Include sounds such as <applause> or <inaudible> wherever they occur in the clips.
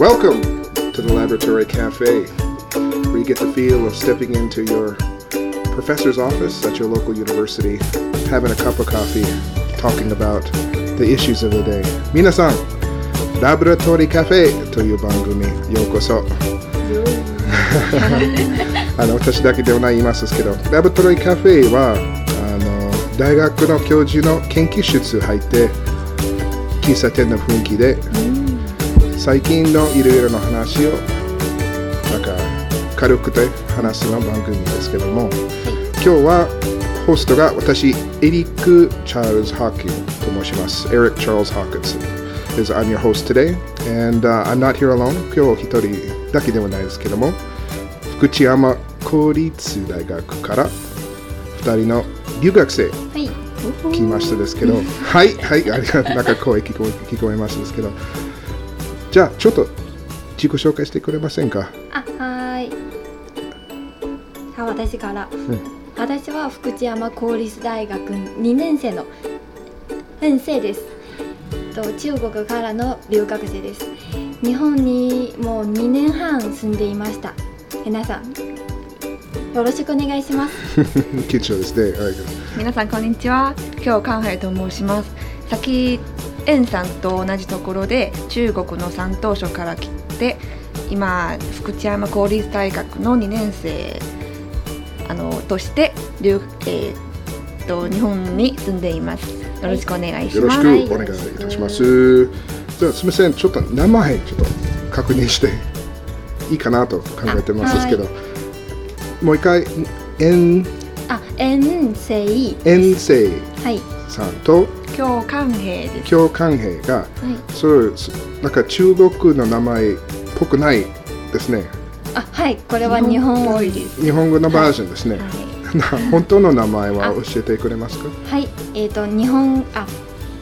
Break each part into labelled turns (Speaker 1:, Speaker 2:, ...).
Speaker 1: Welcome to the Laboratory Cafe, where you get the feel of stepping into your professor's office at your local university, having a cup of coffee, talking about the issues of the day. Minasan, Laboratory Cafe という番組、ようこ <laughs> そ。あの私だけではない言いますですけど、ラボトロイカフェはあの大学の教授の研究室入って喫茶店の雰囲気で、最近のいろいろな話をなんか軽くて話すの番組ですけども、今日はホストが私エリック・チャールズ・ハーキンと申しますエリック・チャールズ・ハーキンス is I'm your host today and、I'm not here alone 今日一人だけではないですけども福知山公立大学から2人の留学生
Speaker 2: はい。
Speaker 1: 来ましたですけど、はい、はい、ありがとう、なんか声聞こえ、聞こえましたですけど。じゃあ、ちょっと自己紹介してくれませんか。
Speaker 2: あ、はーい。あ、私から。私は福知山公立大学2年生の先生です。と中国からの留学生です。日本にもう2年半住んでいました。皆さん、よろしくお願いします。
Speaker 1: 緊張ですね、はい、
Speaker 3: 皆さんこんにちは今日カンハイと申しますさきエンさんと同じところで中国の山東省から来て今福知山公立大学の2年生あのとして留、えー、と日本に住んでいますよろしくお願いし
Speaker 1: よろ
Speaker 3: ま
Speaker 1: し
Speaker 3: す、
Speaker 1: くお願いいたします。じゃあ、すみません、ちょっと名前、ちょっと確認して。いいかなと考えてますですけど。もう一回、遠、
Speaker 2: あ、遠征
Speaker 1: 遠征
Speaker 2: はい。
Speaker 1: さんと
Speaker 3: 今日カンヘイです
Speaker 1: 共感兵が。そう、そなんか中国の名前っぽくないですね。
Speaker 2: あ、はい。これは日本
Speaker 3: 多
Speaker 2: はいい。
Speaker 3: です、
Speaker 1: 日本語のバージョンですね。
Speaker 3: はい
Speaker 1: な本当の名前は教えてくれますか
Speaker 2: えっ、と日本あ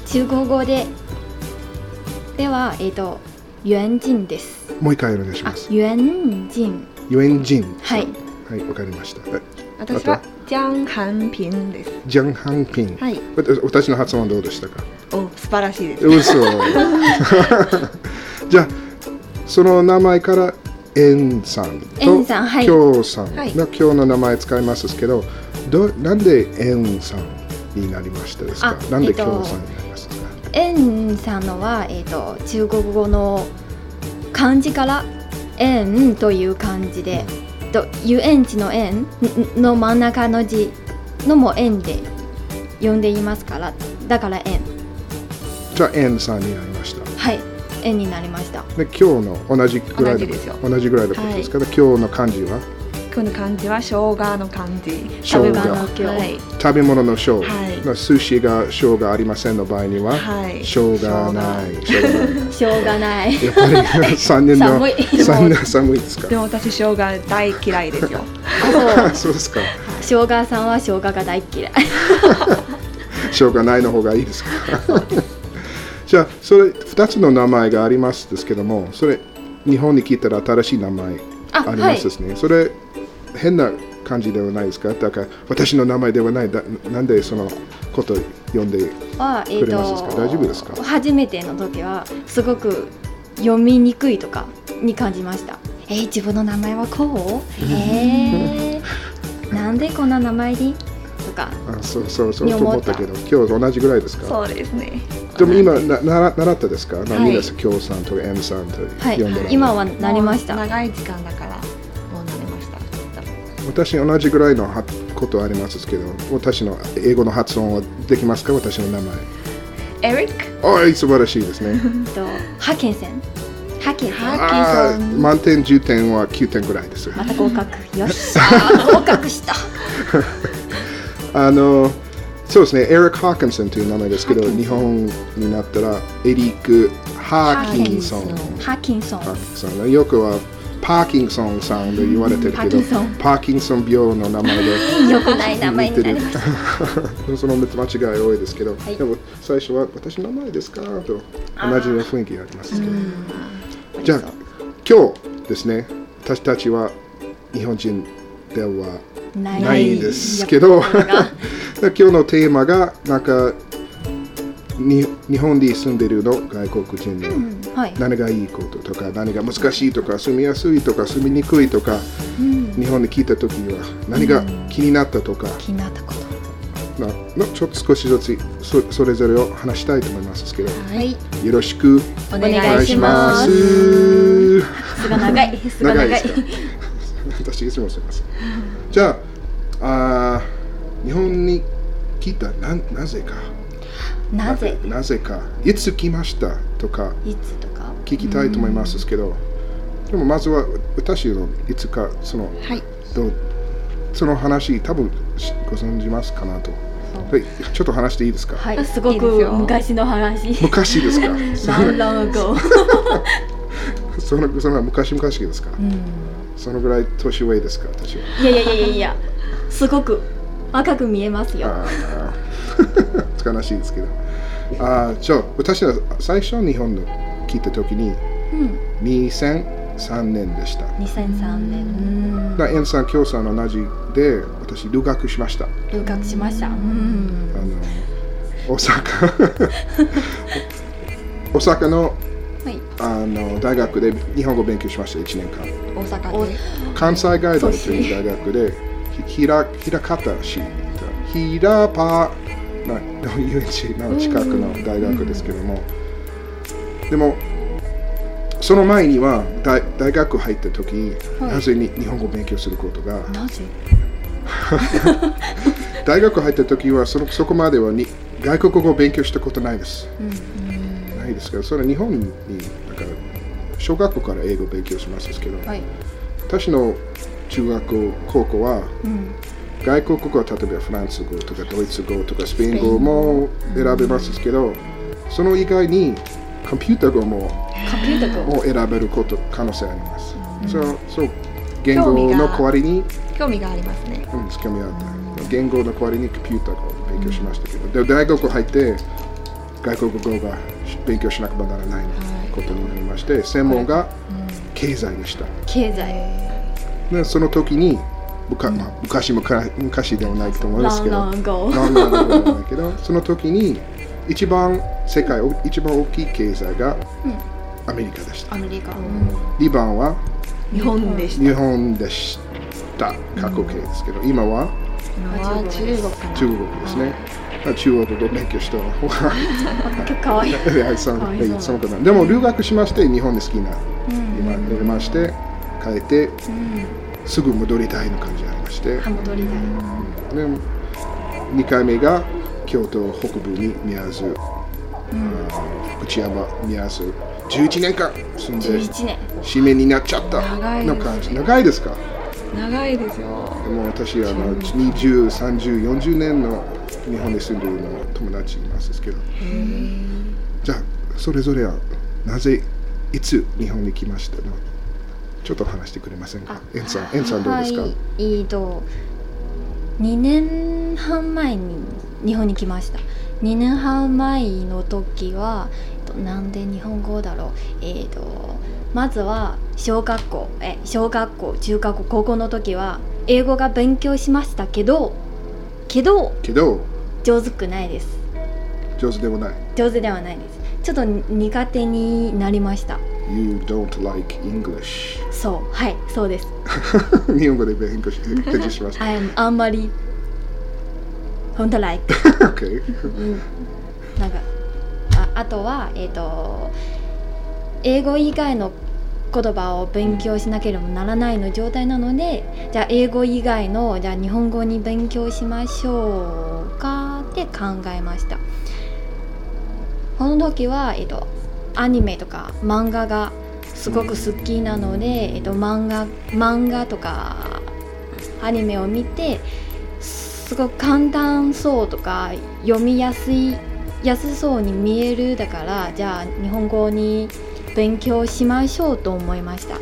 Speaker 2: 中国語でではえっ、と遠近です。
Speaker 1: もう一回お願いし
Speaker 2: あ
Speaker 1: ます。
Speaker 2: 遠近
Speaker 1: ユエンジン。
Speaker 2: はい。
Speaker 1: はい、わかりました。え
Speaker 3: 私はジャン・ハンピンです
Speaker 1: ジャンハンピン。
Speaker 3: はい
Speaker 1: わた私の発音どうでしたか
Speaker 3: お素晴らしいです
Speaker 1: 嘘。 <laughs> じゃあ、その名前から、エンさん
Speaker 2: エ
Speaker 1: と、
Speaker 2: ンさんはい
Speaker 1: キョウさんの、
Speaker 3: はい
Speaker 1: 今日の名前使いますですけど、どなんでエンさんになりましたですか
Speaker 2: あ
Speaker 1: なん
Speaker 2: え
Speaker 1: で
Speaker 2: っ
Speaker 1: キ
Speaker 2: と
Speaker 1: ョウさんになりましたですか、
Speaker 2: 遠さんのはえっ、と中国語の漢字から遠という漢字で、と遊園地の園んの真ん中の字のも円で呼んでいますからだから円
Speaker 1: じゃあ、エンさんになりました。
Speaker 2: はい円になりました。
Speaker 1: で今日の同じぐらいの
Speaker 3: 同じですよ
Speaker 1: 同じぐらいのことですから、今日の漢字は
Speaker 3: この漢字は生姜の漢字
Speaker 1: 生姜
Speaker 3: はい
Speaker 1: 食べ物の生、
Speaker 3: はい
Speaker 1: まあ寿司が生姜ありませんの場合には、
Speaker 3: はい
Speaker 1: 生姜ない生姜ない
Speaker 2: しょうがない。
Speaker 1: やっぱり <laughs> 三年の
Speaker 2: 寒い
Speaker 1: 三年寒いですか <laughs>
Speaker 3: でも私生姜大嫌いですよ
Speaker 2: そう
Speaker 1: そうですか
Speaker 2: 生姜さんは生姜が大っ嫌い
Speaker 1: 生姜ないの方がいい
Speaker 2: <laughs>
Speaker 1: ですかじゃあそれ二つの名前がありますですけどもそれ日本に聞いたら新しい名前
Speaker 2: あ
Speaker 1: ありますですね、それ変な感じではないですかだから私の名前ではないだなんでそのこと呼んで
Speaker 2: は、え
Speaker 1: くれますですか大丈夫ですか
Speaker 2: 初めての時はすごく読みにくいとかに感じましたえー、自分の名前はこうえー、なんでこんな名前にとか
Speaker 1: あそうそうそう
Speaker 2: に
Speaker 1: と
Speaker 2: 思
Speaker 1: 思っ
Speaker 2: った
Speaker 1: たけど今日と同じぐらいですか
Speaker 3: <laughs> そうですね
Speaker 1: でも今ななら習ったですか、な
Speaker 2: はい
Speaker 1: 皆さん京さんとか M さんと
Speaker 2: は
Speaker 1: 呼ん
Speaker 2: い
Speaker 1: でない
Speaker 2: 今はなりました
Speaker 3: もう
Speaker 2: は
Speaker 3: 長い時間だからもうなりました
Speaker 1: 私同じぐらいのはことありますけど私の英語の発音はできますか私の名前
Speaker 3: エリック
Speaker 1: おい素晴らしいです <laughs> ね
Speaker 2: と派遣線派遣さん
Speaker 3: はいアッキーさん
Speaker 1: ー満点10点は9点ぐらいです
Speaker 2: また合格
Speaker 1: <laughs>
Speaker 2: よし合格した
Speaker 1: あのそうですね、エリック・ハーキンソンという名前ですけど、
Speaker 3: ハーキ
Speaker 1: 日
Speaker 3: ンソ
Speaker 1: 本になったらエリック・ハーキンソン。
Speaker 3: ハーキンソン
Speaker 2: ハーキンソン
Speaker 1: パーキンソンよくはパーキンソンさんと言われてるけど
Speaker 2: うんパーキンソン、
Speaker 1: パーキンソン病の名前で。
Speaker 2: 良くない名前になりました
Speaker 1: た。その間違い多いですけど、
Speaker 2: い
Speaker 1: でも最初は私の名前ですかと同じような雰囲気がありますけど。じゃあ今日ですね、私たちは日本人では
Speaker 2: な
Speaker 1: <laughs> ないですけど、今日のテーマがなんかに日本に住んでるの外国人の、
Speaker 2: うんはい
Speaker 1: 何がいいこととか何が難しいとか住みやすいとか住みにくいとか
Speaker 2: うん
Speaker 1: 日本に来た時には何が気になったとか、
Speaker 2: 気になったこと
Speaker 1: なのちょっと少しずつそそれぞれを話したいと思いますけどよ
Speaker 2: はい
Speaker 1: ろしく
Speaker 2: お
Speaker 3: 願い
Speaker 1: お願いしますす。
Speaker 2: すが長いすが
Speaker 1: 長
Speaker 2: 長
Speaker 1: い
Speaker 2: い
Speaker 1: ですか私いつもすみませんじゃああー日本に来たななぜか
Speaker 2: なぜ
Speaker 1: なぜかいつ来ましたとか
Speaker 2: いつとか
Speaker 1: 聞きたいと思いますけど、でもまずは私のいつかその
Speaker 3: はい
Speaker 1: どうその話多分しご存知ますかなと、はい、ちょっと話していいですか、
Speaker 2: は
Speaker 3: あ
Speaker 2: いすご
Speaker 3: いいです
Speaker 2: く
Speaker 3: よ
Speaker 2: 昔の話
Speaker 1: 昔ですかそ
Speaker 2: long long ago
Speaker 1: の <laughs> そのその昔々ですか、そのぐらい年上ですか私はい
Speaker 2: やいやいやいやいやすごく赤く見えますよ
Speaker 1: ああ <laughs> 悲しいですけどああじゃあ私は最初日本の来た時に
Speaker 2: うん
Speaker 1: 2003年でした
Speaker 2: 2003年
Speaker 1: だ円さん京さん同じで私留学しましたあ
Speaker 2: 留学しました
Speaker 3: うん
Speaker 1: の大阪大阪の
Speaker 2: はい
Speaker 1: あの大学で日本語を勉強しました1年間
Speaker 3: 大阪
Speaker 2: お
Speaker 3: で
Speaker 1: 関西ガイドという大学でひひらひらかた市ひらぱなの遊園地の近くの大学ですけども、でもその前には大大学入った時に、
Speaker 2: はい
Speaker 1: なぜに日本語を勉強することが
Speaker 2: なぜ
Speaker 1: 大学入った時はそのそこまではに外国語を勉強したことないです、ないですけどそれは日本にだから小学校から英語を勉強しますけど、
Speaker 2: はい
Speaker 1: 私の中学校高校は
Speaker 2: うん
Speaker 1: 外国語は例えばフランス語とかドイツ語とかスペイン語も選べますけど、その以外にコンピューター語も
Speaker 2: コンピューターと
Speaker 1: を選べること可能性あります。そうそう言
Speaker 3: 興味
Speaker 1: 語
Speaker 3: が
Speaker 1: の代わりに、
Speaker 3: 興味があります
Speaker 1: う
Speaker 3: ね
Speaker 1: ん、興味あった。言語の代わりにコンピューター語を勉強しましたけど、で大学入って外国語が勉強しなければならないことになりまして、専門が経済でした。
Speaker 2: 経済
Speaker 1: でその時にむか、まあ、昔むか昔ではないと思うんですけど
Speaker 2: Long long ago
Speaker 1: なんなんだろうなんだけどその時に一番世界お一番大きい経済がアメリカでした
Speaker 2: アメリカ
Speaker 1: 2番は
Speaker 2: 日本でし
Speaker 1: 日本でした過去形ですけど今は
Speaker 3: 今
Speaker 2: は
Speaker 3: は中国かな
Speaker 1: 中国ですね中国語勉強した方が
Speaker 2: たかわいい
Speaker 1: はいその
Speaker 2: かわいそう
Speaker 1: そのことなんでも留学しまして日本で好きな今入れまして帰ってすぐ戻りたいの感じがありまして
Speaker 2: ハモ取りだ
Speaker 1: で2回目が京都北部に宮津、あー福知山宮津11年間住んで
Speaker 2: 11年
Speaker 1: 締めになっちゃった
Speaker 3: 長いです
Speaker 1: の
Speaker 3: ね
Speaker 1: 感じ長いですか
Speaker 3: 長いですよ
Speaker 1: でも私あの203040年の日本に住んでるの友達いますですけどじゃあそれぞれはなぜいつ日本に来ましたのちょっと話してくれませんか
Speaker 2: あ
Speaker 1: エンさんエンさんどうですか、
Speaker 2: はい、えーと2年半前に日本に来ました2年半前の時はえっとなんで日本語だろうえー、とまずは小学校え小学校中学校高校の時は英語が勉強しましたけどけど
Speaker 1: けど
Speaker 2: 上手くないです
Speaker 1: 上手でもない
Speaker 2: 上手ではないですちょっと苦手になりました
Speaker 1: You don't like English
Speaker 2: そうはいそうです
Speaker 1: <laughs> 日本語で勉強し返事しました。
Speaker 2: ああんまり本当 like
Speaker 1: OK。
Speaker 2: なんかああとは、えー、と英語以外の言葉を勉強しなければならないの状態なのでじゃあ英語以外のじゃあ日本語に勉強しましょうかって考えましたこの時は、えー、とアニメとか漫画がすごく好きなので、えー、と漫画漫画とかアニメを見てすごく簡単そうとか読みやすい安そうに見えるだからじゃあ日本語に勉強しましょうと思いました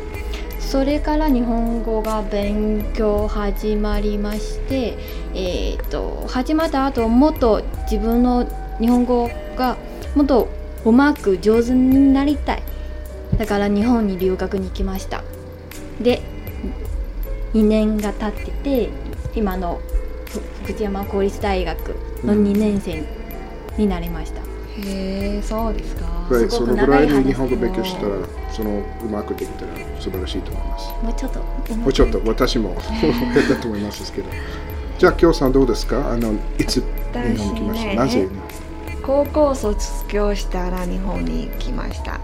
Speaker 2: それから日本語が勉強始まりましてえーっと始まった後もっと自分の日本語がもっとうまく上手になりたいだから日本に留学に行きましたで2年が経ってて今のふ福知山公立大学の2年生になりました、
Speaker 3: へえそうですか
Speaker 1: はい、
Speaker 2: す
Speaker 1: そ
Speaker 2: ご
Speaker 1: の
Speaker 2: く
Speaker 1: ぐ
Speaker 2: 長
Speaker 1: ら
Speaker 2: い話
Speaker 1: いに日本語勉強した
Speaker 3: で
Speaker 1: ら、そのうまくできたら素晴らしいと思います。
Speaker 2: もうちょっと
Speaker 1: もうちょっと私も <laughs> 変だと思いますけど。じゃあ、京さんどうですかあの、いつ日本来ました、
Speaker 3: 私ね
Speaker 1: なぜ
Speaker 3: 高校卒業したら日本に来ました、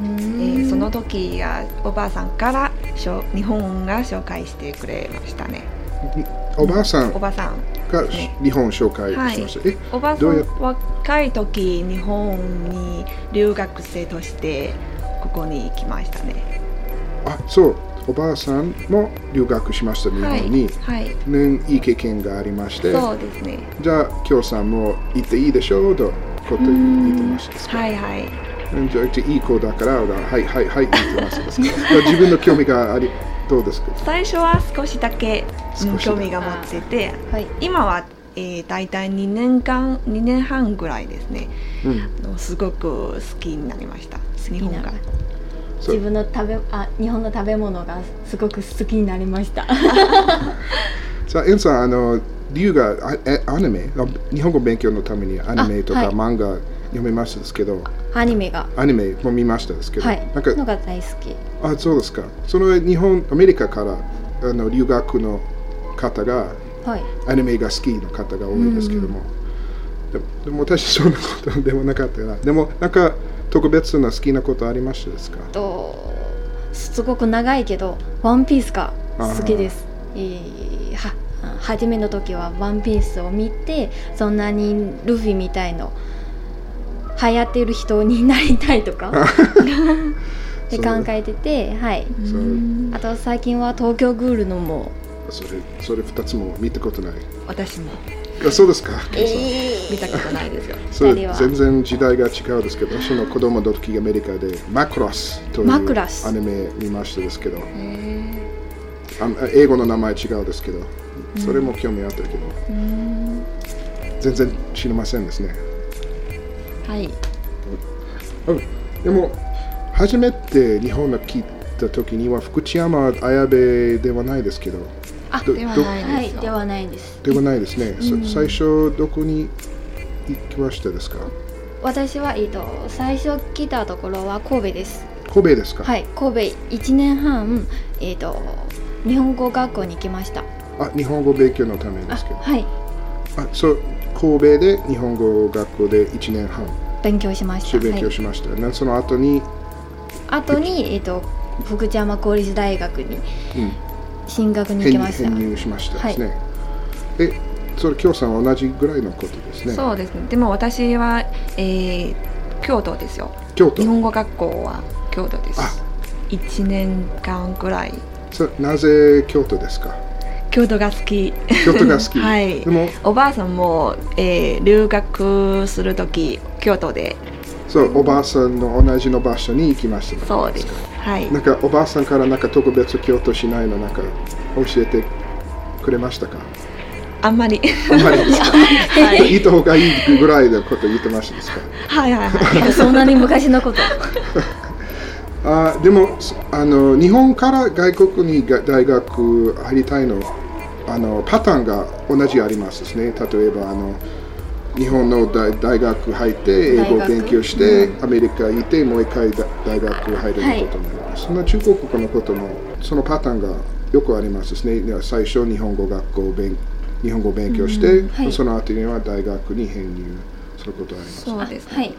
Speaker 3: えーその時がおばあさんからしょ日本が紹介してくれましたね
Speaker 1: おばあさん
Speaker 3: お
Speaker 1: が
Speaker 3: ばさん
Speaker 1: 日本紹介しました。え
Speaker 3: おばあさ
Speaker 1: どうや
Speaker 3: ん若い時日本に留学生としてここに来ましたね
Speaker 1: あそう、おばあさんも留学しました、日
Speaker 3: はい
Speaker 1: 本に。
Speaker 3: はい
Speaker 1: ね、いい経験がありまして、
Speaker 3: そうですね
Speaker 1: じゃあ、京さんも行っていいでしょうとこと言ってましたですか。
Speaker 3: はいはい
Speaker 1: うんじゃあいい子だから、はいはいはいって言ってます <laughs> ですけど自分の興味があり、どうですか
Speaker 3: 最初は少しだけう
Speaker 1: 少し
Speaker 3: ん
Speaker 1: だけ
Speaker 3: 興味が持ってて
Speaker 2: はい
Speaker 3: 今は、えー、大体2年間2年半ぐらいですね
Speaker 1: うん、
Speaker 3: あのすごく好きになりました日本が
Speaker 1: そ
Speaker 2: 自
Speaker 1: う
Speaker 2: 分の食べあ日本の食べ物がすごく好きになりました
Speaker 1: さあ、エンさん、あの、理由があえアニメ、あ日本語勉強のためにアニメと
Speaker 2: あ
Speaker 1: か
Speaker 2: はい
Speaker 1: 漫画読みましたですけど、
Speaker 2: <laughs> アニメが
Speaker 1: アニメも見ましたですけど、
Speaker 2: はい
Speaker 1: なんか、
Speaker 2: のが大好き
Speaker 1: あ、そうですか。その日本、アメリカからあの留学の方が、
Speaker 2: はい
Speaker 1: アニメが好きの方が多いですけども、ででも私、そんなことでもなかったな。でも、なんか、特別な好きなことありましたですか
Speaker 2: とすごく長いけど「ワンピースが好きです。えーは初めの時は「ワンピースを見てそんなにルフィみたいの流行っている人になりたいとか <laughs> で
Speaker 1: そう
Speaker 2: 考えてて、はい、
Speaker 1: そう
Speaker 2: あと最近は「東京グール」のも
Speaker 1: それそれ2つも見たことない
Speaker 3: 私も
Speaker 1: あそうですか、
Speaker 3: 見たことない <laughs> ですよ
Speaker 1: そ
Speaker 2: 二人
Speaker 1: れ
Speaker 2: は
Speaker 1: 全然時代が違うですけど私の子供の時アメリカでマクロスという
Speaker 2: マクロス
Speaker 1: アニメ見ましたですけど
Speaker 3: へえ
Speaker 1: あ英語の名前違うですけどそれも興味あったけど、全然知りませんですね
Speaker 3: はい
Speaker 1: うんでも初めて日本が来た時には福知山綾部ではないですけど
Speaker 2: あ
Speaker 1: ど
Speaker 3: では
Speaker 1: ど
Speaker 3: ない
Speaker 2: はい
Speaker 3: ですよ、
Speaker 2: ではないんです
Speaker 1: ではないですね、さ最初どこに行きましたですか
Speaker 2: 私は、えっと最初来たところは神戸です
Speaker 1: 神戸ですか、
Speaker 2: はい、神戸1年半、えー、と日本語学校に行きました。
Speaker 1: あ日本語勉強のためで
Speaker 2: あ
Speaker 1: すけど
Speaker 2: はい、
Speaker 1: あそう神戸で日本語学校で1年半
Speaker 2: 勉強しました。
Speaker 1: 修勉強
Speaker 2: はい、
Speaker 1: しました、なその後に、
Speaker 2: 後に、えー、と福知山公立大学に
Speaker 1: うん、
Speaker 2: 進学に行
Speaker 1: 編
Speaker 2: き
Speaker 1: 入
Speaker 2: ました
Speaker 1: 編。入しましたですね、えそれ京さんは同じぐらいのことですね
Speaker 3: そうですねでも私は、えー、京都ですよ
Speaker 1: 京都
Speaker 3: 日本語学校は京都です
Speaker 1: あ
Speaker 3: 1年間ぐらい
Speaker 1: そなぜ京都ですか
Speaker 3: 京都が好き <laughs>
Speaker 1: 京都が好き、
Speaker 3: はい
Speaker 1: でも
Speaker 3: おばあさんも、えー、留学する時京都で
Speaker 1: そうおばあさんの同じの場所に行きました
Speaker 3: そうですはい
Speaker 1: なんかおばあさんからなんか特別京都市内のなんか教えてくれましたか
Speaker 3: あんまり
Speaker 1: あんまりですか
Speaker 3: はい
Speaker 1: 行った方がいいぐらいのこと言ってましたですか
Speaker 3: <laughs>
Speaker 1: <laughs>
Speaker 3: はいはいはい
Speaker 2: そんなに昔のこと。
Speaker 1: あーでもそあの日本から外国にが大学入りたいのあのパターンが同じありますですね例えばあの日本の大大学入って英
Speaker 2: 大
Speaker 1: 語
Speaker 2: 学
Speaker 1: 勉強して、アメリカ行ってもう一回だ大学入ることになります、そんな中国語のこともそのパターンがよくありますですねでは最初日本語学校を勉日本語を勉強して、
Speaker 2: はい
Speaker 1: その後には大学に編入することがあります
Speaker 3: <laughs> そうですね
Speaker 2: はい、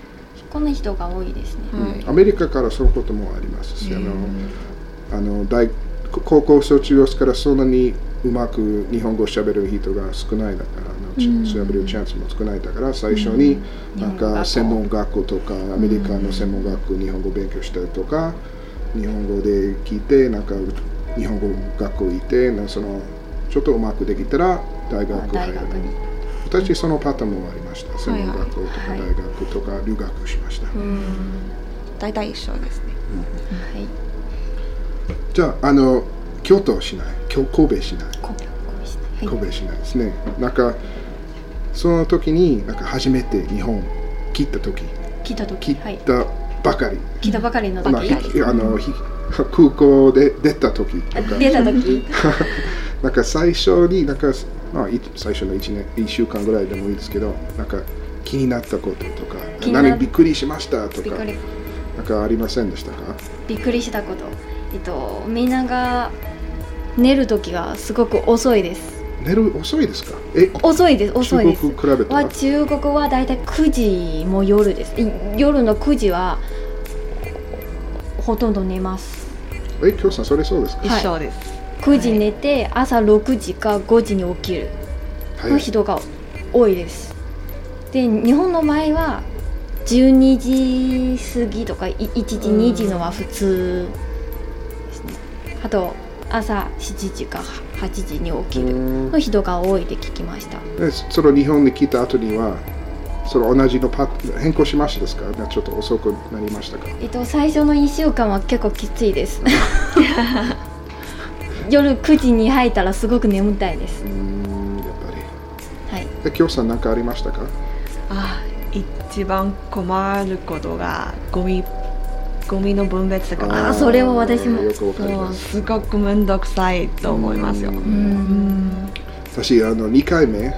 Speaker 2: この人が多いですね。
Speaker 3: はい
Speaker 1: アメリカからそういうこともありますし、あ
Speaker 3: う
Speaker 1: の
Speaker 3: ん
Speaker 1: あの大高校卒業してからそんなにうまく日本語をしゃべる人が少ないだから、あのち
Speaker 3: うん
Speaker 1: しゃべるチャンスも少ないだから、最初になん
Speaker 2: 日本語学校
Speaker 1: か専門学校とか、アメリカの専門学校、日本語勉強したりとか、日本語で聞いて、なんか日本語学校行って、なんかそのちょっとうまくできたら大学入
Speaker 2: 大
Speaker 1: る
Speaker 2: 学。に。
Speaker 1: 私、そのパターンもありました。専門学校とか
Speaker 2: はい
Speaker 1: 大学とか留学しました。
Speaker 3: 大体一緒ですね
Speaker 2: はい、
Speaker 1: じゃあ、あの京都しない、京神戸しない。
Speaker 2: 神戸神戸市はい
Speaker 1: 神戸市内ですね、なんかその時になんか初めて日本切った時
Speaker 2: 来た
Speaker 1: 切
Speaker 2: 時、
Speaker 1: っ
Speaker 2: はい、
Speaker 1: たばかり、
Speaker 2: 来たばかりの
Speaker 1: まあ
Speaker 2: 時。
Speaker 1: ひあのひ空港で出た時とか
Speaker 2: 出た時。
Speaker 1: なんか最初になんか、まあ、い最初の 1, 年一週間ぐらいでもいいですけどなんか気になったこととか
Speaker 2: 気にな
Speaker 1: 何びっくりしましたと
Speaker 2: びっ
Speaker 1: か
Speaker 2: くり
Speaker 1: なんかありませんでしたか
Speaker 2: びっくりしたことえっとみんなが寝る時がすごく遅いです
Speaker 1: 寝る遅いですかえ
Speaker 2: 遅いです遅いです
Speaker 1: 中国比べた
Speaker 2: は
Speaker 1: ら
Speaker 2: 中国はだいたい9時も夜ですい夜の9時はほとんど寝ます
Speaker 1: え今日さんそれそうですか
Speaker 2: い
Speaker 3: 一緒です、
Speaker 2: 9時寝て朝6時か5時に起きる
Speaker 1: 早
Speaker 2: の
Speaker 1: い
Speaker 2: 人が多いですで日本の場合は12時過ぎとかい1時
Speaker 3: うん
Speaker 2: 2時のは普通ですねあと朝7時か8時に起き
Speaker 1: う
Speaker 2: る
Speaker 1: ん
Speaker 2: の人が多いって聞きました
Speaker 1: でその日本に来た後にはその同じのパ変更しましたですかちょっと遅くなりましたか
Speaker 2: えっと最初の1週間は結構きついです
Speaker 1: <laughs>
Speaker 2: 夜9時に入ったらすごく眠たいです
Speaker 1: うーんやっぱ
Speaker 2: はい
Speaker 1: りで今日さん何かありましたか
Speaker 3: あ一番困ることがゴミゴミの分別か
Speaker 2: あ
Speaker 3: な
Speaker 2: ーそれは私も
Speaker 1: よくわかり
Speaker 3: も
Speaker 1: ま
Speaker 3: う
Speaker 1: す
Speaker 3: すごく面倒くさいと思いますよ
Speaker 1: う
Speaker 3: うんん
Speaker 1: 私あの2回目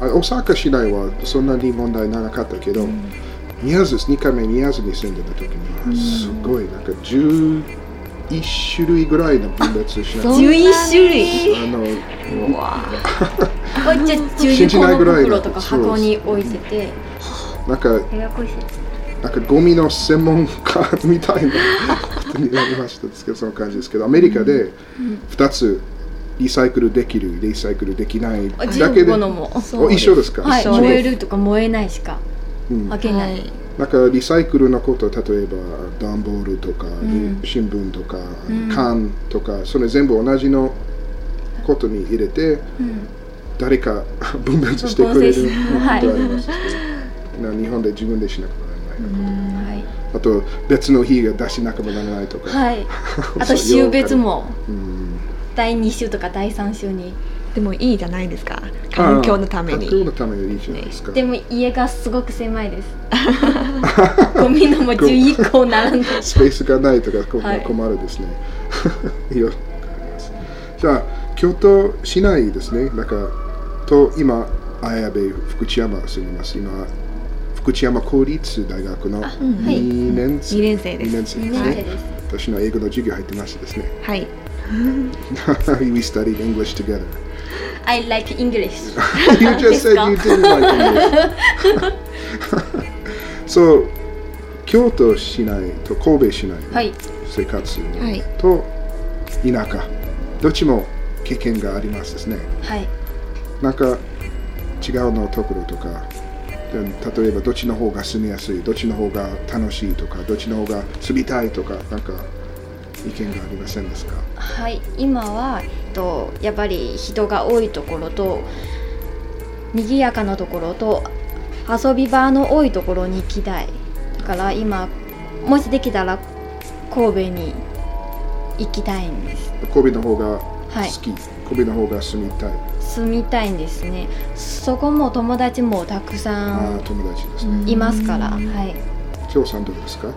Speaker 1: あ大阪市内はそんなに問題なかったけど、宮津2回目宮津に住んでた時にはすごいなんか11種類ぐらいの分別しなく
Speaker 3: あそう
Speaker 1: て
Speaker 2: 11種類
Speaker 1: あの
Speaker 3: うわ
Speaker 2: こうやって
Speaker 1: 信
Speaker 2: 12
Speaker 1: じ
Speaker 2: 個
Speaker 1: ない
Speaker 2: の
Speaker 1: ぐらいの
Speaker 2: 袋とか箱に置いてて
Speaker 1: なんか
Speaker 2: ややこしい
Speaker 1: なんかゴミの専門家みたいなことになりましたですけどその感じですけどアメリカで2つリサイクルできるリサイクルできない
Speaker 2: あ
Speaker 1: だけで
Speaker 2: 15のも
Speaker 3: そう
Speaker 1: お一緒ですか、
Speaker 2: はい、
Speaker 1: 一緒
Speaker 2: 燃えるとか燃えないしか
Speaker 1: うん
Speaker 2: 開けない、
Speaker 3: はい
Speaker 1: なんかリサイクルのこと例えば段ボールとか、
Speaker 2: ん
Speaker 1: 新聞とか、
Speaker 2: ん
Speaker 1: 缶とかそれ全部同じのことに入れて
Speaker 2: うん
Speaker 1: 誰か分別してくれる
Speaker 2: 分
Speaker 1: こと
Speaker 2: 配
Speaker 1: あ
Speaker 2: して
Speaker 1: ります、な日本で自分でしなくてはならないな
Speaker 2: はい、
Speaker 1: あと別の日が出しなくもならないとか、
Speaker 2: はい、
Speaker 1: そう
Speaker 2: あと週別も
Speaker 1: うん
Speaker 2: 第2週とか第3週に
Speaker 3: でもいいじゃないですか環境のため
Speaker 1: 環境
Speaker 3: に
Speaker 1: のためにいいじゃないですか。
Speaker 2: でも家がすごく狭いです
Speaker 1: <laughs>
Speaker 2: ゴミのも11個並んで
Speaker 1: スペースがないとかこ
Speaker 2: はい
Speaker 1: 困るですね。 <laughs> よくありますじゃあ京都市内ですね。なんかと今綾部福知山住みます。今福知山公立大学の
Speaker 3: うん
Speaker 2: はい
Speaker 1: 2年
Speaker 3: 2
Speaker 1: 生
Speaker 3: 年生で
Speaker 1: 二
Speaker 3: す
Speaker 1: 年生です
Speaker 2: 2年生
Speaker 1: ね。
Speaker 2: です
Speaker 1: 私の英語の授業入ってましてですね。 <laughs>
Speaker 3: はい
Speaker 1: We studied English together.
Speaker 2: I like English
Speaker 1: <laughs> you just said you didn't like English. <laughs> so, 京都市内と神戸市内の
Speaker 2: はい
Speaker 1: 生活
Speaker 3: はい
Speaker 1: と田舎、どっちも経験がありますですね。
Speaker 2: はい
Speaker 1: なんか違うのところとか、で例えばどっちの方が住みやすい、どっちの方が楽しいとか、どっちの方が住みたいとか、なんか意見がありませんですか
Speaker 2: はい今は、えっと、やっぱり人が多いところと賑やかなところと遊び場の多いところに行きたいだから今もしできたら神戸に行きたいんです
Speaker 1: 神戸の方が
Speaker 2: はい
Speaker 1: 好き、神戸の方が住みたい、
Speaker 2: 住みたいんですねそこも友達もたく
Speaker 1: あ
Speaker 2: さ
Speaker 1: ー
Speaker 2: ん
Speaker 1: 友達ですね。
Speaker 3: うん
Speaker 2: いますから、
Speaker 3: うん
Speaker 2: はい
Speaker 1: 京さんどうですか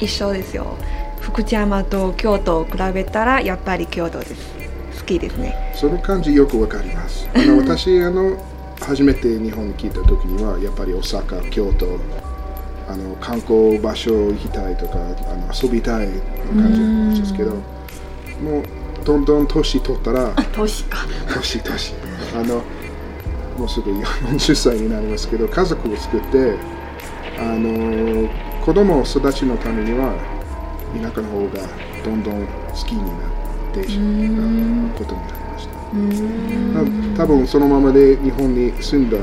Speaker 3: 一緒ですよ福知山と京都を比べたらやっぱり京都です好きですね
Speaker 1: その感じよくわかりますあの私あの初めて日本に来た時にはやっぱり大阪京都あの観光場所行きたいとかあの遊びたい感じなんですけどもうどんどん年取ったら
Speaker 2: 都市か
Speaker 1: 年年あのもうすぐ40歳になりますけど家族を作ってあの子供を育ちのためには田舎の方がどんどん好きになってしまうことになりました。
Speaker 2: うん
Speaker 1: た多分そのままで日本に住んだ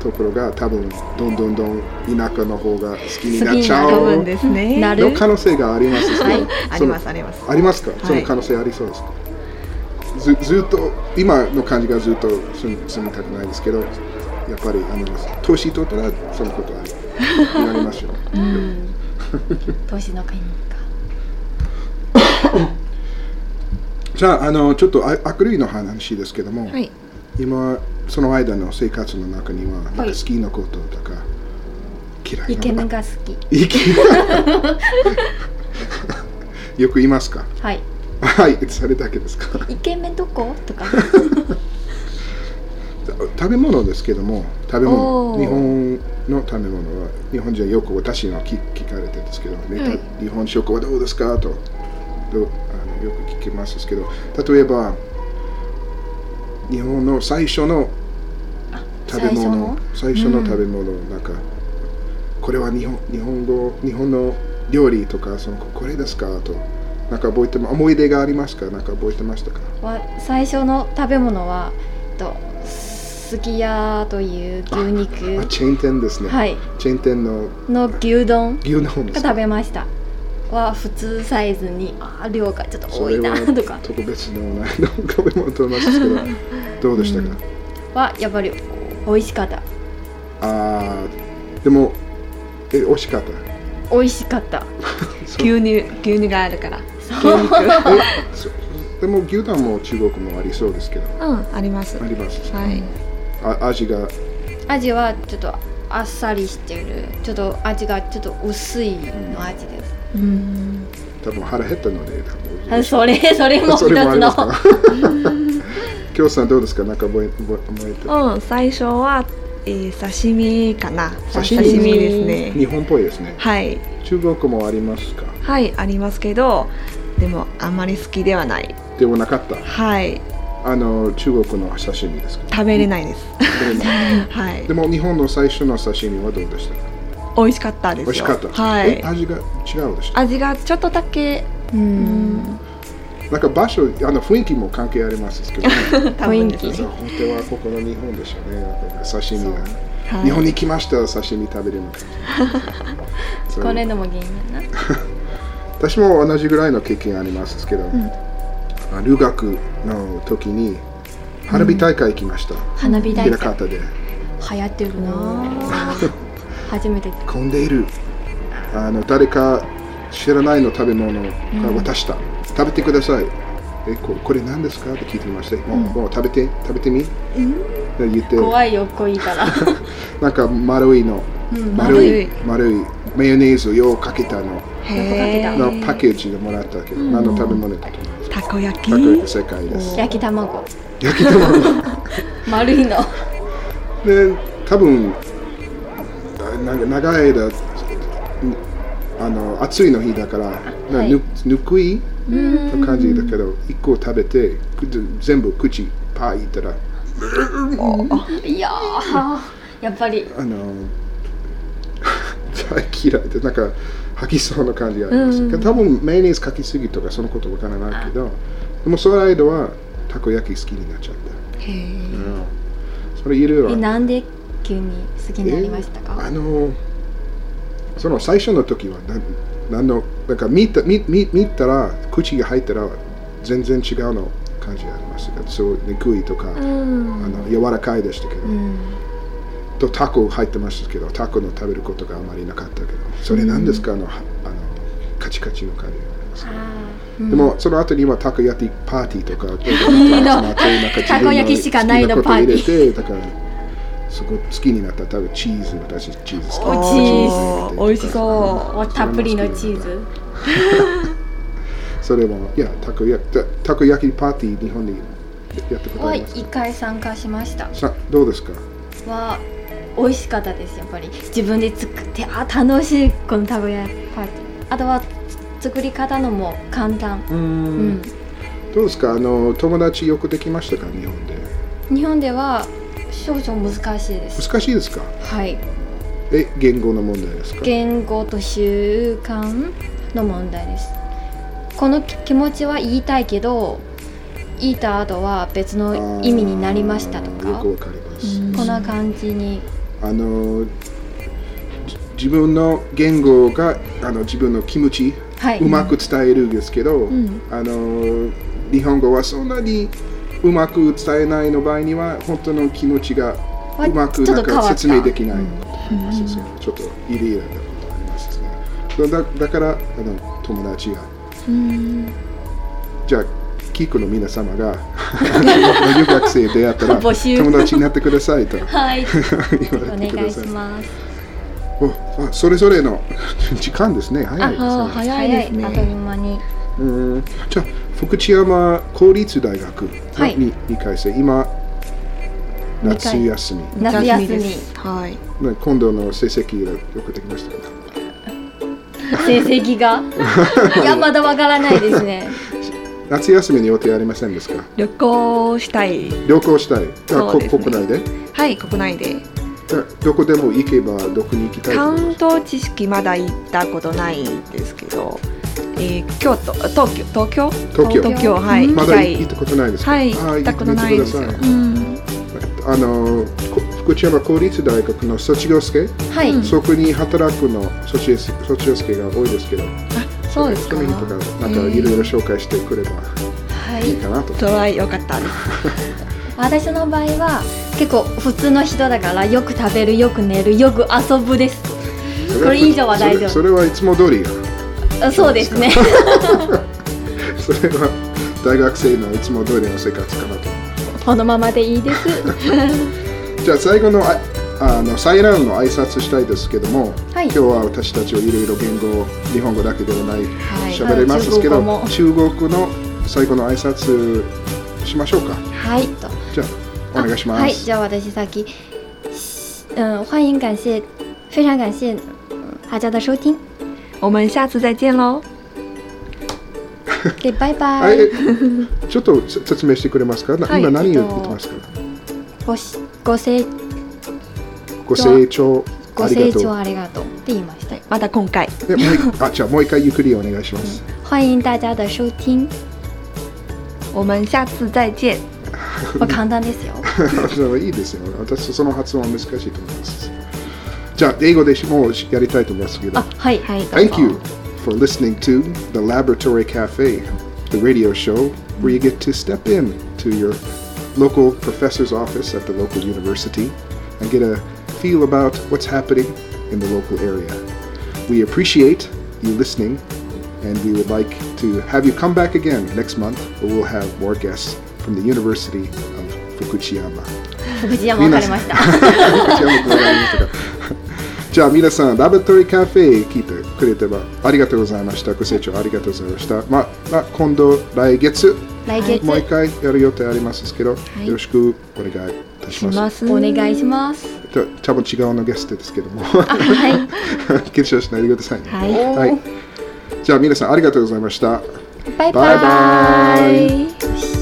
Speaker 1: ところが多分どんどんどん田舎の方が好きになっちゃ
Speaker 2: あー
Speaker 3: 多
Speaker 1: う
Speaker 3: 分ですね
Speaker 2: なる
Speaker 1: の可能性があります
Speaker 2: はい
Speaker 3: あ
Speaker 1: そ
Speaker 3: り
Speaker 1: の
Speaker 3: ますあります
Speaker 1: ありますか、
Speaker 3: い
Speaker 1: その可能性ありそうですかずずっと今の感じがずっと住み住みたくないですけどやっぱりあの年取ったらそのことありなりますよ
Speaker 2: <laughs> うん都市の国か
Speaker 1: じゃああのちょっとあアクリルの話ですけども、
Speaker 3: はい
Speaker 1: 今その間の生活の中にはなんか
Speaker 2: はい
Speaker 1: 好きなこととか、嫌いな
Speaker 2: イケメンが好き
Speaker 1: いきよく言いますか <laughs>
Speaker 2: <laughs> はい
Speaker 1: はい、それだけですか
Speaker 2: イケメンどことか
Speaker 1: 食べ物ですけども食べ
Speaker 3: お
Speaker 1: 物
Speaker 3: ー
Speaker 1: 日本の食べ物は日本人はよく私の聞聞かれてるんですけど、ね
Speaker 3: はい
Speaker 1: た日本食はどうですかとどうあのよく聞きますけど例えば日本の最初の食べ物最初の
Speaker 3: うん
Speaker 1: 食べ物なんか、これは日本日本語日本の料理とかそのこれですかとなんか覚えても思い出がありますかなんか覚えてましたか
Speaker 2: わ最初の食べ物は、えっと、すき家という牛
Speaker 1: あ
Speaker 2: 肉
Speaker 1: チェーン店ですね、
Speaker 2: はい
Speaker 1: チェーン店の
Speaker 2: の牛丼
Speaker 1: 牛丼で
Speaker 2: が
Speaker 1: す
Speaker 2: 食べましたは普通サイズにあー量がちょっと
Speaker 1: そ
Speaker 2: 多
Speaker 1: れ
Speaker 2: いな
Speaker 1: は
Speaker 2: とか
Speaker 1: 特別でもないのかも思ってます
Speaker 2: <laughs>
Speaker 1: けどどうでしたか、
Speaker 2: はやっぱり美味しかった
Speaker 1: あーでもえ惜しかった
Speaker 2: 美味しかった
Speaker 1: そう
Speaker 3: 牛乳牛乳があるから
Speaker 2: そう
Speaker 1: えそうでも牛丼も中国もありそうですけど
Speaker 3: <laughs> うんあります
Speaker 1: あります
Speaker 3: はい
Speaker 1: あ味が
Speaker 2: 味はちょっとあっさりしてるちょっと味がちょっと薄いの味です、
Speaker 3: うん
Speaker 1: 多分腹減ったので多分
Speaker 2: あそれそれも一つ
Speaker 1: <laughs> それもあり
Speaker 2: の
Speaker 1: ますか <laughs> 京さんどうですかなんか覚え覚え覚えて
Speaker 3: うん、最初は、えー刺身かな。
Speaker 1: 刺身
Speaker 3: ですね。
Speaker 1: 日本っぽいですね
Speaker 3: はい、
Speaker 1: 中国もありますか
Speaker 3: はい、ありますけど、でもあまり好きではない。
Speaker 1: でもなかった
Speaker 3: はい、
Speaker 1: あの中国の刺身ですか
Speaker 3: 食べれないです。
Speaker 1: でも
Speaker 2: <laughs>
Speaker 3: はい
Speaker 1: で、も日本の最初の刺身はどうでしたか
Speaker 3: 美味しかったですよ。
Speaker 1: 美味しかった、
Speaker 3: は
Speaker 1: え
Speaker 3: い。
Speaker 1: 味が違うでした
Speaker 3: 味がちょっとだけ、うん、
Speaker 1: なんか場所あの雰囲気も関係ありますけど、ね、
Speaker 3: 多分です
Speaker 2: 雰囲
Speaker 1: そう本当はここの日本でしょうねなんか刺身が、
Speaker 3: はい
Speaker 1: 日本に来ましたら刺身食べれますそう
Speaker 2: これのも原因だな
Speaker 1: 私も同じぐらいの経験ありますけど、あ留学の時に花火大会行きました、
Speaker 2: 花火大
Speaker 1: 平
Speaker 2: 会
Speaker 1: 方で
Speaker 2: 流行ってるなあ初めて
Speaker 1: 混んでいるあの誰か知らないの食べ物が渡した、食べてくださいえここれ何ですかって聞いてみましたもう,、もう食べて食べてみ、って言って
Speaker 2: 怖いよ濃いから
Speaker 1: <laughs> なんか丸いの、丸い丸いマヨネーズをようかけたの
Speaker 3: へ
Speaker 2: な
Speaker 3: ー
Speaker 2: ん
Speaker 1: のパッケージでもらったけど、何の食べ物かと思います
Speaker 3: たこ焼き。
Speaker 1: たこ焼き正解です
Speaker 2: 焼き卵
Speaker 1: 焼き卵
Speaker 2: <laughs> 丸いの
Speaker 1: で多分だな長い間んあの暑いの日だから、な
Speaker 2: はい
Speaker 1: ぬぬくい
Speaker 2: うん
Speaker 1: の感じだけど一個食べてく全部口パーいったら
Speaker 2: いやーやっぱり
Speaker 1: あの <laughs> 大嫌いでなんか吐きそうな感じがあります、
Speaker 3: うん
Speaker 1: 多分マヨネーズかきすぎとかそのことわからないけどでもその間はたこ焼き好きになっちゃった、
Speaker 3: へ
Speaker 1: う
Speaker 3: ー
Speaker 1: ん、それいろいろ
Speaker 2: えなんで急に好きになりました
Speaker 1: えーあ
Speaker 2: か
Speaker 1: のその最初の時はな何のなんか見た見見見たら口が入ったら全然違うの感じがありますそうぬくいとか、
Speaker 3: うん
Speaker 1: あの柔らかいでしたけど、
Speaker 2: うん
Speaker 1: とタコ入ってましたけどタコの食べることがあまりなかったけどそれ何ですか、あのはあのカチカチの感じがあります、
Speaker 2: あ
Speaker 1: でもその後にはたこ焼きパーティーとか
Speaker 2: いいの
Speaker 1: なんか自分の
Speaker 2: たこ焼きしかないの
Speaker 1: 好きこと入れて
Speaker 2: パ
Speaker 1: だからすごい好きになった多分チーズ私チーズ好き
Speaker 2: おチ
Speaker 3: ーズ美味し
Speaker 2: ー
Speaker 3: そ
Speaker 2: おたっぷりのチーズ
Speaker 1: それもいやたこ焼きたたこ焼きパーティー日本でやったことあ
Speaker 2: は
Speaker 1: ります
Speaker 2: 一回参加しました
Speaker 1: さどうですか
Speaker 2: は美味しかったですやっぱり自分で作ってあ楽しいこのたこ焼きパーティーあとはつ作り方のも簡単うん
Speaker 1: どうですかあの友達よくできましたか日本で
Speaker 2: 日本では少々難しいです
Speaker 1: 難しいですか
Speaker 2: はい
Speaker 1: え言語の問題ですか
Speaker 2: 言語と習慣の問題ですこのき気持ちは言いたいけど言った後は別の意味になりましたと
Speaker 1: あーよ
Speaker 2: か
Speaker 1: くわかります、
Speaker 3: うん
Speaker 2: こんな感じに
Speaker 1: あのじ自分の言語があの自分の気持ち
Speaker 2: はいう
Speaker 1: まく伝えるんですけど、
Speaker 3: ん
Speaker 1: あの日本語はそんなにうまく伝えないの場合には本当の気持ちが
Speaker 2: は
Speaker 1: うまく
Speaker 2: ちょっ
Speaker 1: な
Speaker 2: と
Speaker 1: ん
Speaker 2: 変わ
Speaker 1: か
Speaker 2: った
Speaker 1: 説明できないことがありますよねちょっとイリイラなことがありますねそうだだからあの友達が
Speaker 3: うん
Speaker 1: じゃあキークの皆様が留学生出会ったら
Speaker 2: 募集
Speaker 1: 友達になってくださいと
Speaker 2: はい
Speaker 1: 言わ
Speaker 2: お
Speaker 1: れてく
Speaker 2: 願
Speaker 1: だ
Speaker 2: い
Speaker 1: さ
Speaker 2: し
Speaker 1: い
Speaker 2: ます
Speaker 1: おあそれぞれの時間ですね早いですね
Speaker 3: あ早いですね
Speaker 2: 早いあっという間に
Speaker 1: うんじゃあ福知山公立大学の
Speaker 2: はい
Speaker 1: に2回生今
Speaker 2: 二回
Speaker 1: 夏休み
Speaker 2: 夏休み
Speaker 3: ですはい
Speaker 1: ね今度の成績がよくできましたか
Speaker 2: 成
Speaker 1: <laughs>
Speaker 2: 績がいやまだわからないですね
Speaker 1: 夏休みに予定ありませんですか
Speaker 3: 旅行したい
Speaker 1: 旅行したい、あ
Speaker 3: そう
Speaker 1: こ
Speaker 3: ですね
Speaker 1: 国内で
Speaker 3: はい国内で
Speaker 1: あどこでも行けばどこに行きたいと
Speaker 3: 関
Speaker 1: 思います
Speaker 3: 東知識まだ行ったことないんですけど、えー、京都あ東京東京
Speaker 1: 東京
Speaker 3: 東京はい
Speaker 2: うん
Speaker 3: 行
Speaker 1: ま
Speaker 3: き
Speaker 1: だ
Speaker 3: た
Speaker 1: 行
Speaker 3: い
Speaker 1: ったことないですか
Speaker 3: はい
Speaker 1: あ
Speaker 3: 行ったことないですよ、
Speaker 1: 行って
Speaker 3: うん、
Speaker 1: みてくださいあのこ福知山公立大学の卒業生、
Speaker 2: はい、
Speaker 3: うん
Speaker 1: そこに働くの卒業卒業生が多いですけど
Speaker 3: あそうですか
Speaker 1: コミュニティとかなんかいろいろ紹介してくれば
Speaker 2: はいい
Speaker 1: いかなと、
Speaker 3: それは良かったです
Speaker 2: 私の場合は結構普通の人だからよく食べるよく寝るよく遊ぶです
Speaker 1: そ
Speaker 2: これ以上は大丈夫
Speaker 1: それそれはいつも通りよ
Speaker 2: あそうですね
Speaker 1: <laughs> それは大学生のいつも通りの生活かなと
Speaker 2: <laughs> このままでいいです
Speaker 1: じゃあ最後のああのサイラウンの挨拶したいですけども、
Speaker 2: はい
Speaker 1: 今日は私たちをいろいろ言語日本語だけではない
Speaker 3: はい
Speaker 1: 喋れますけど、
Speaker 2: はい
Speaker 1: 中国の最後の挨拶しましょうか
Speaker 2: はいと
Speaker 1: じゃあお願いします、
Speaker 2: はいじゃあ私先嗯欢迎感谢非常感谢大家的收听
Speaker 3: 我们下次再见喽。
Speaker 2: でバイ
Speaker 1: あ
Speaker 2: バ
Speaker 1: え
Speaker 2: イ
Speaker 1: ちょっとせ説明してくれますか、な
Speaker 3: はい
Speaker 1: 今何
Speaker 2: え
Speaker 1: 言
Speaker 2: っ
Speaker 1: っ
Speaker 2: と
Speaker 1: てますか
Speaker 2: ごしご清
Speaker 1: ご清聴
Speaker 2: ご
Speaker 1: ありが
Speaker 2: 清
Speaker 1: とう
Speaker 2: 聴ありがとうって言いました
Speaker 3: また今回。
Speaker 1: でもう一あじゃあもう一回ゆっくりお願いします、
Speaker 2: 欢迎大家的收听
Speaker 3: 我们下次再见。
Speaker 2: まあ簡単です
Speaker 1: <laughs>
Speaker 2: よ
Speaker 1: それはいいですよ私その発音は難しいと思いますじゃあ英語でしもうしやりたいと思いますけど
Speaker 2: あはい
Speaker 3: はい。
Speaker 1: Thank you for listening to The Laboratory Cafe, the radio show where you get to step in to your local professor's office at the local university and get a feel about what's happening in the local area. We appreciate you listening and we would like to have you come back again next month where we'll have more guests from the University of Fukushima.
Speaker 2: 無事は分かりました
Speaker 1: <laughs> じゃあ皆さん、ラブトリーカフェ聞いてくれてばありがとうございました。ご清聴ありがとうございました。まあ、まあ、今度、来月、
Speaker 2: 来月
Speaker 1: もう一回やる予定ありますけど、
Speaker 3: い
Speaker 1: よろしくお願いいたし
Speaker 3: し
Speaker 1: ます。
Speaker 3: ます。
Speaker 2: お願いします
Speaker 1: じゃあ多分違うのゲストですけども、 <laughs>
Speaker 2: はい
Speaker 1: 緊張しないでくださいね。
Speaker 3: はい。
Speaker 1: はい。じゃあ皆さん、ありがとうございました。
Speaker 2: バイ
Speaker 1: バイバ
Speaker 2: バイ
Speaker 1: イ
Speaker 3: はい。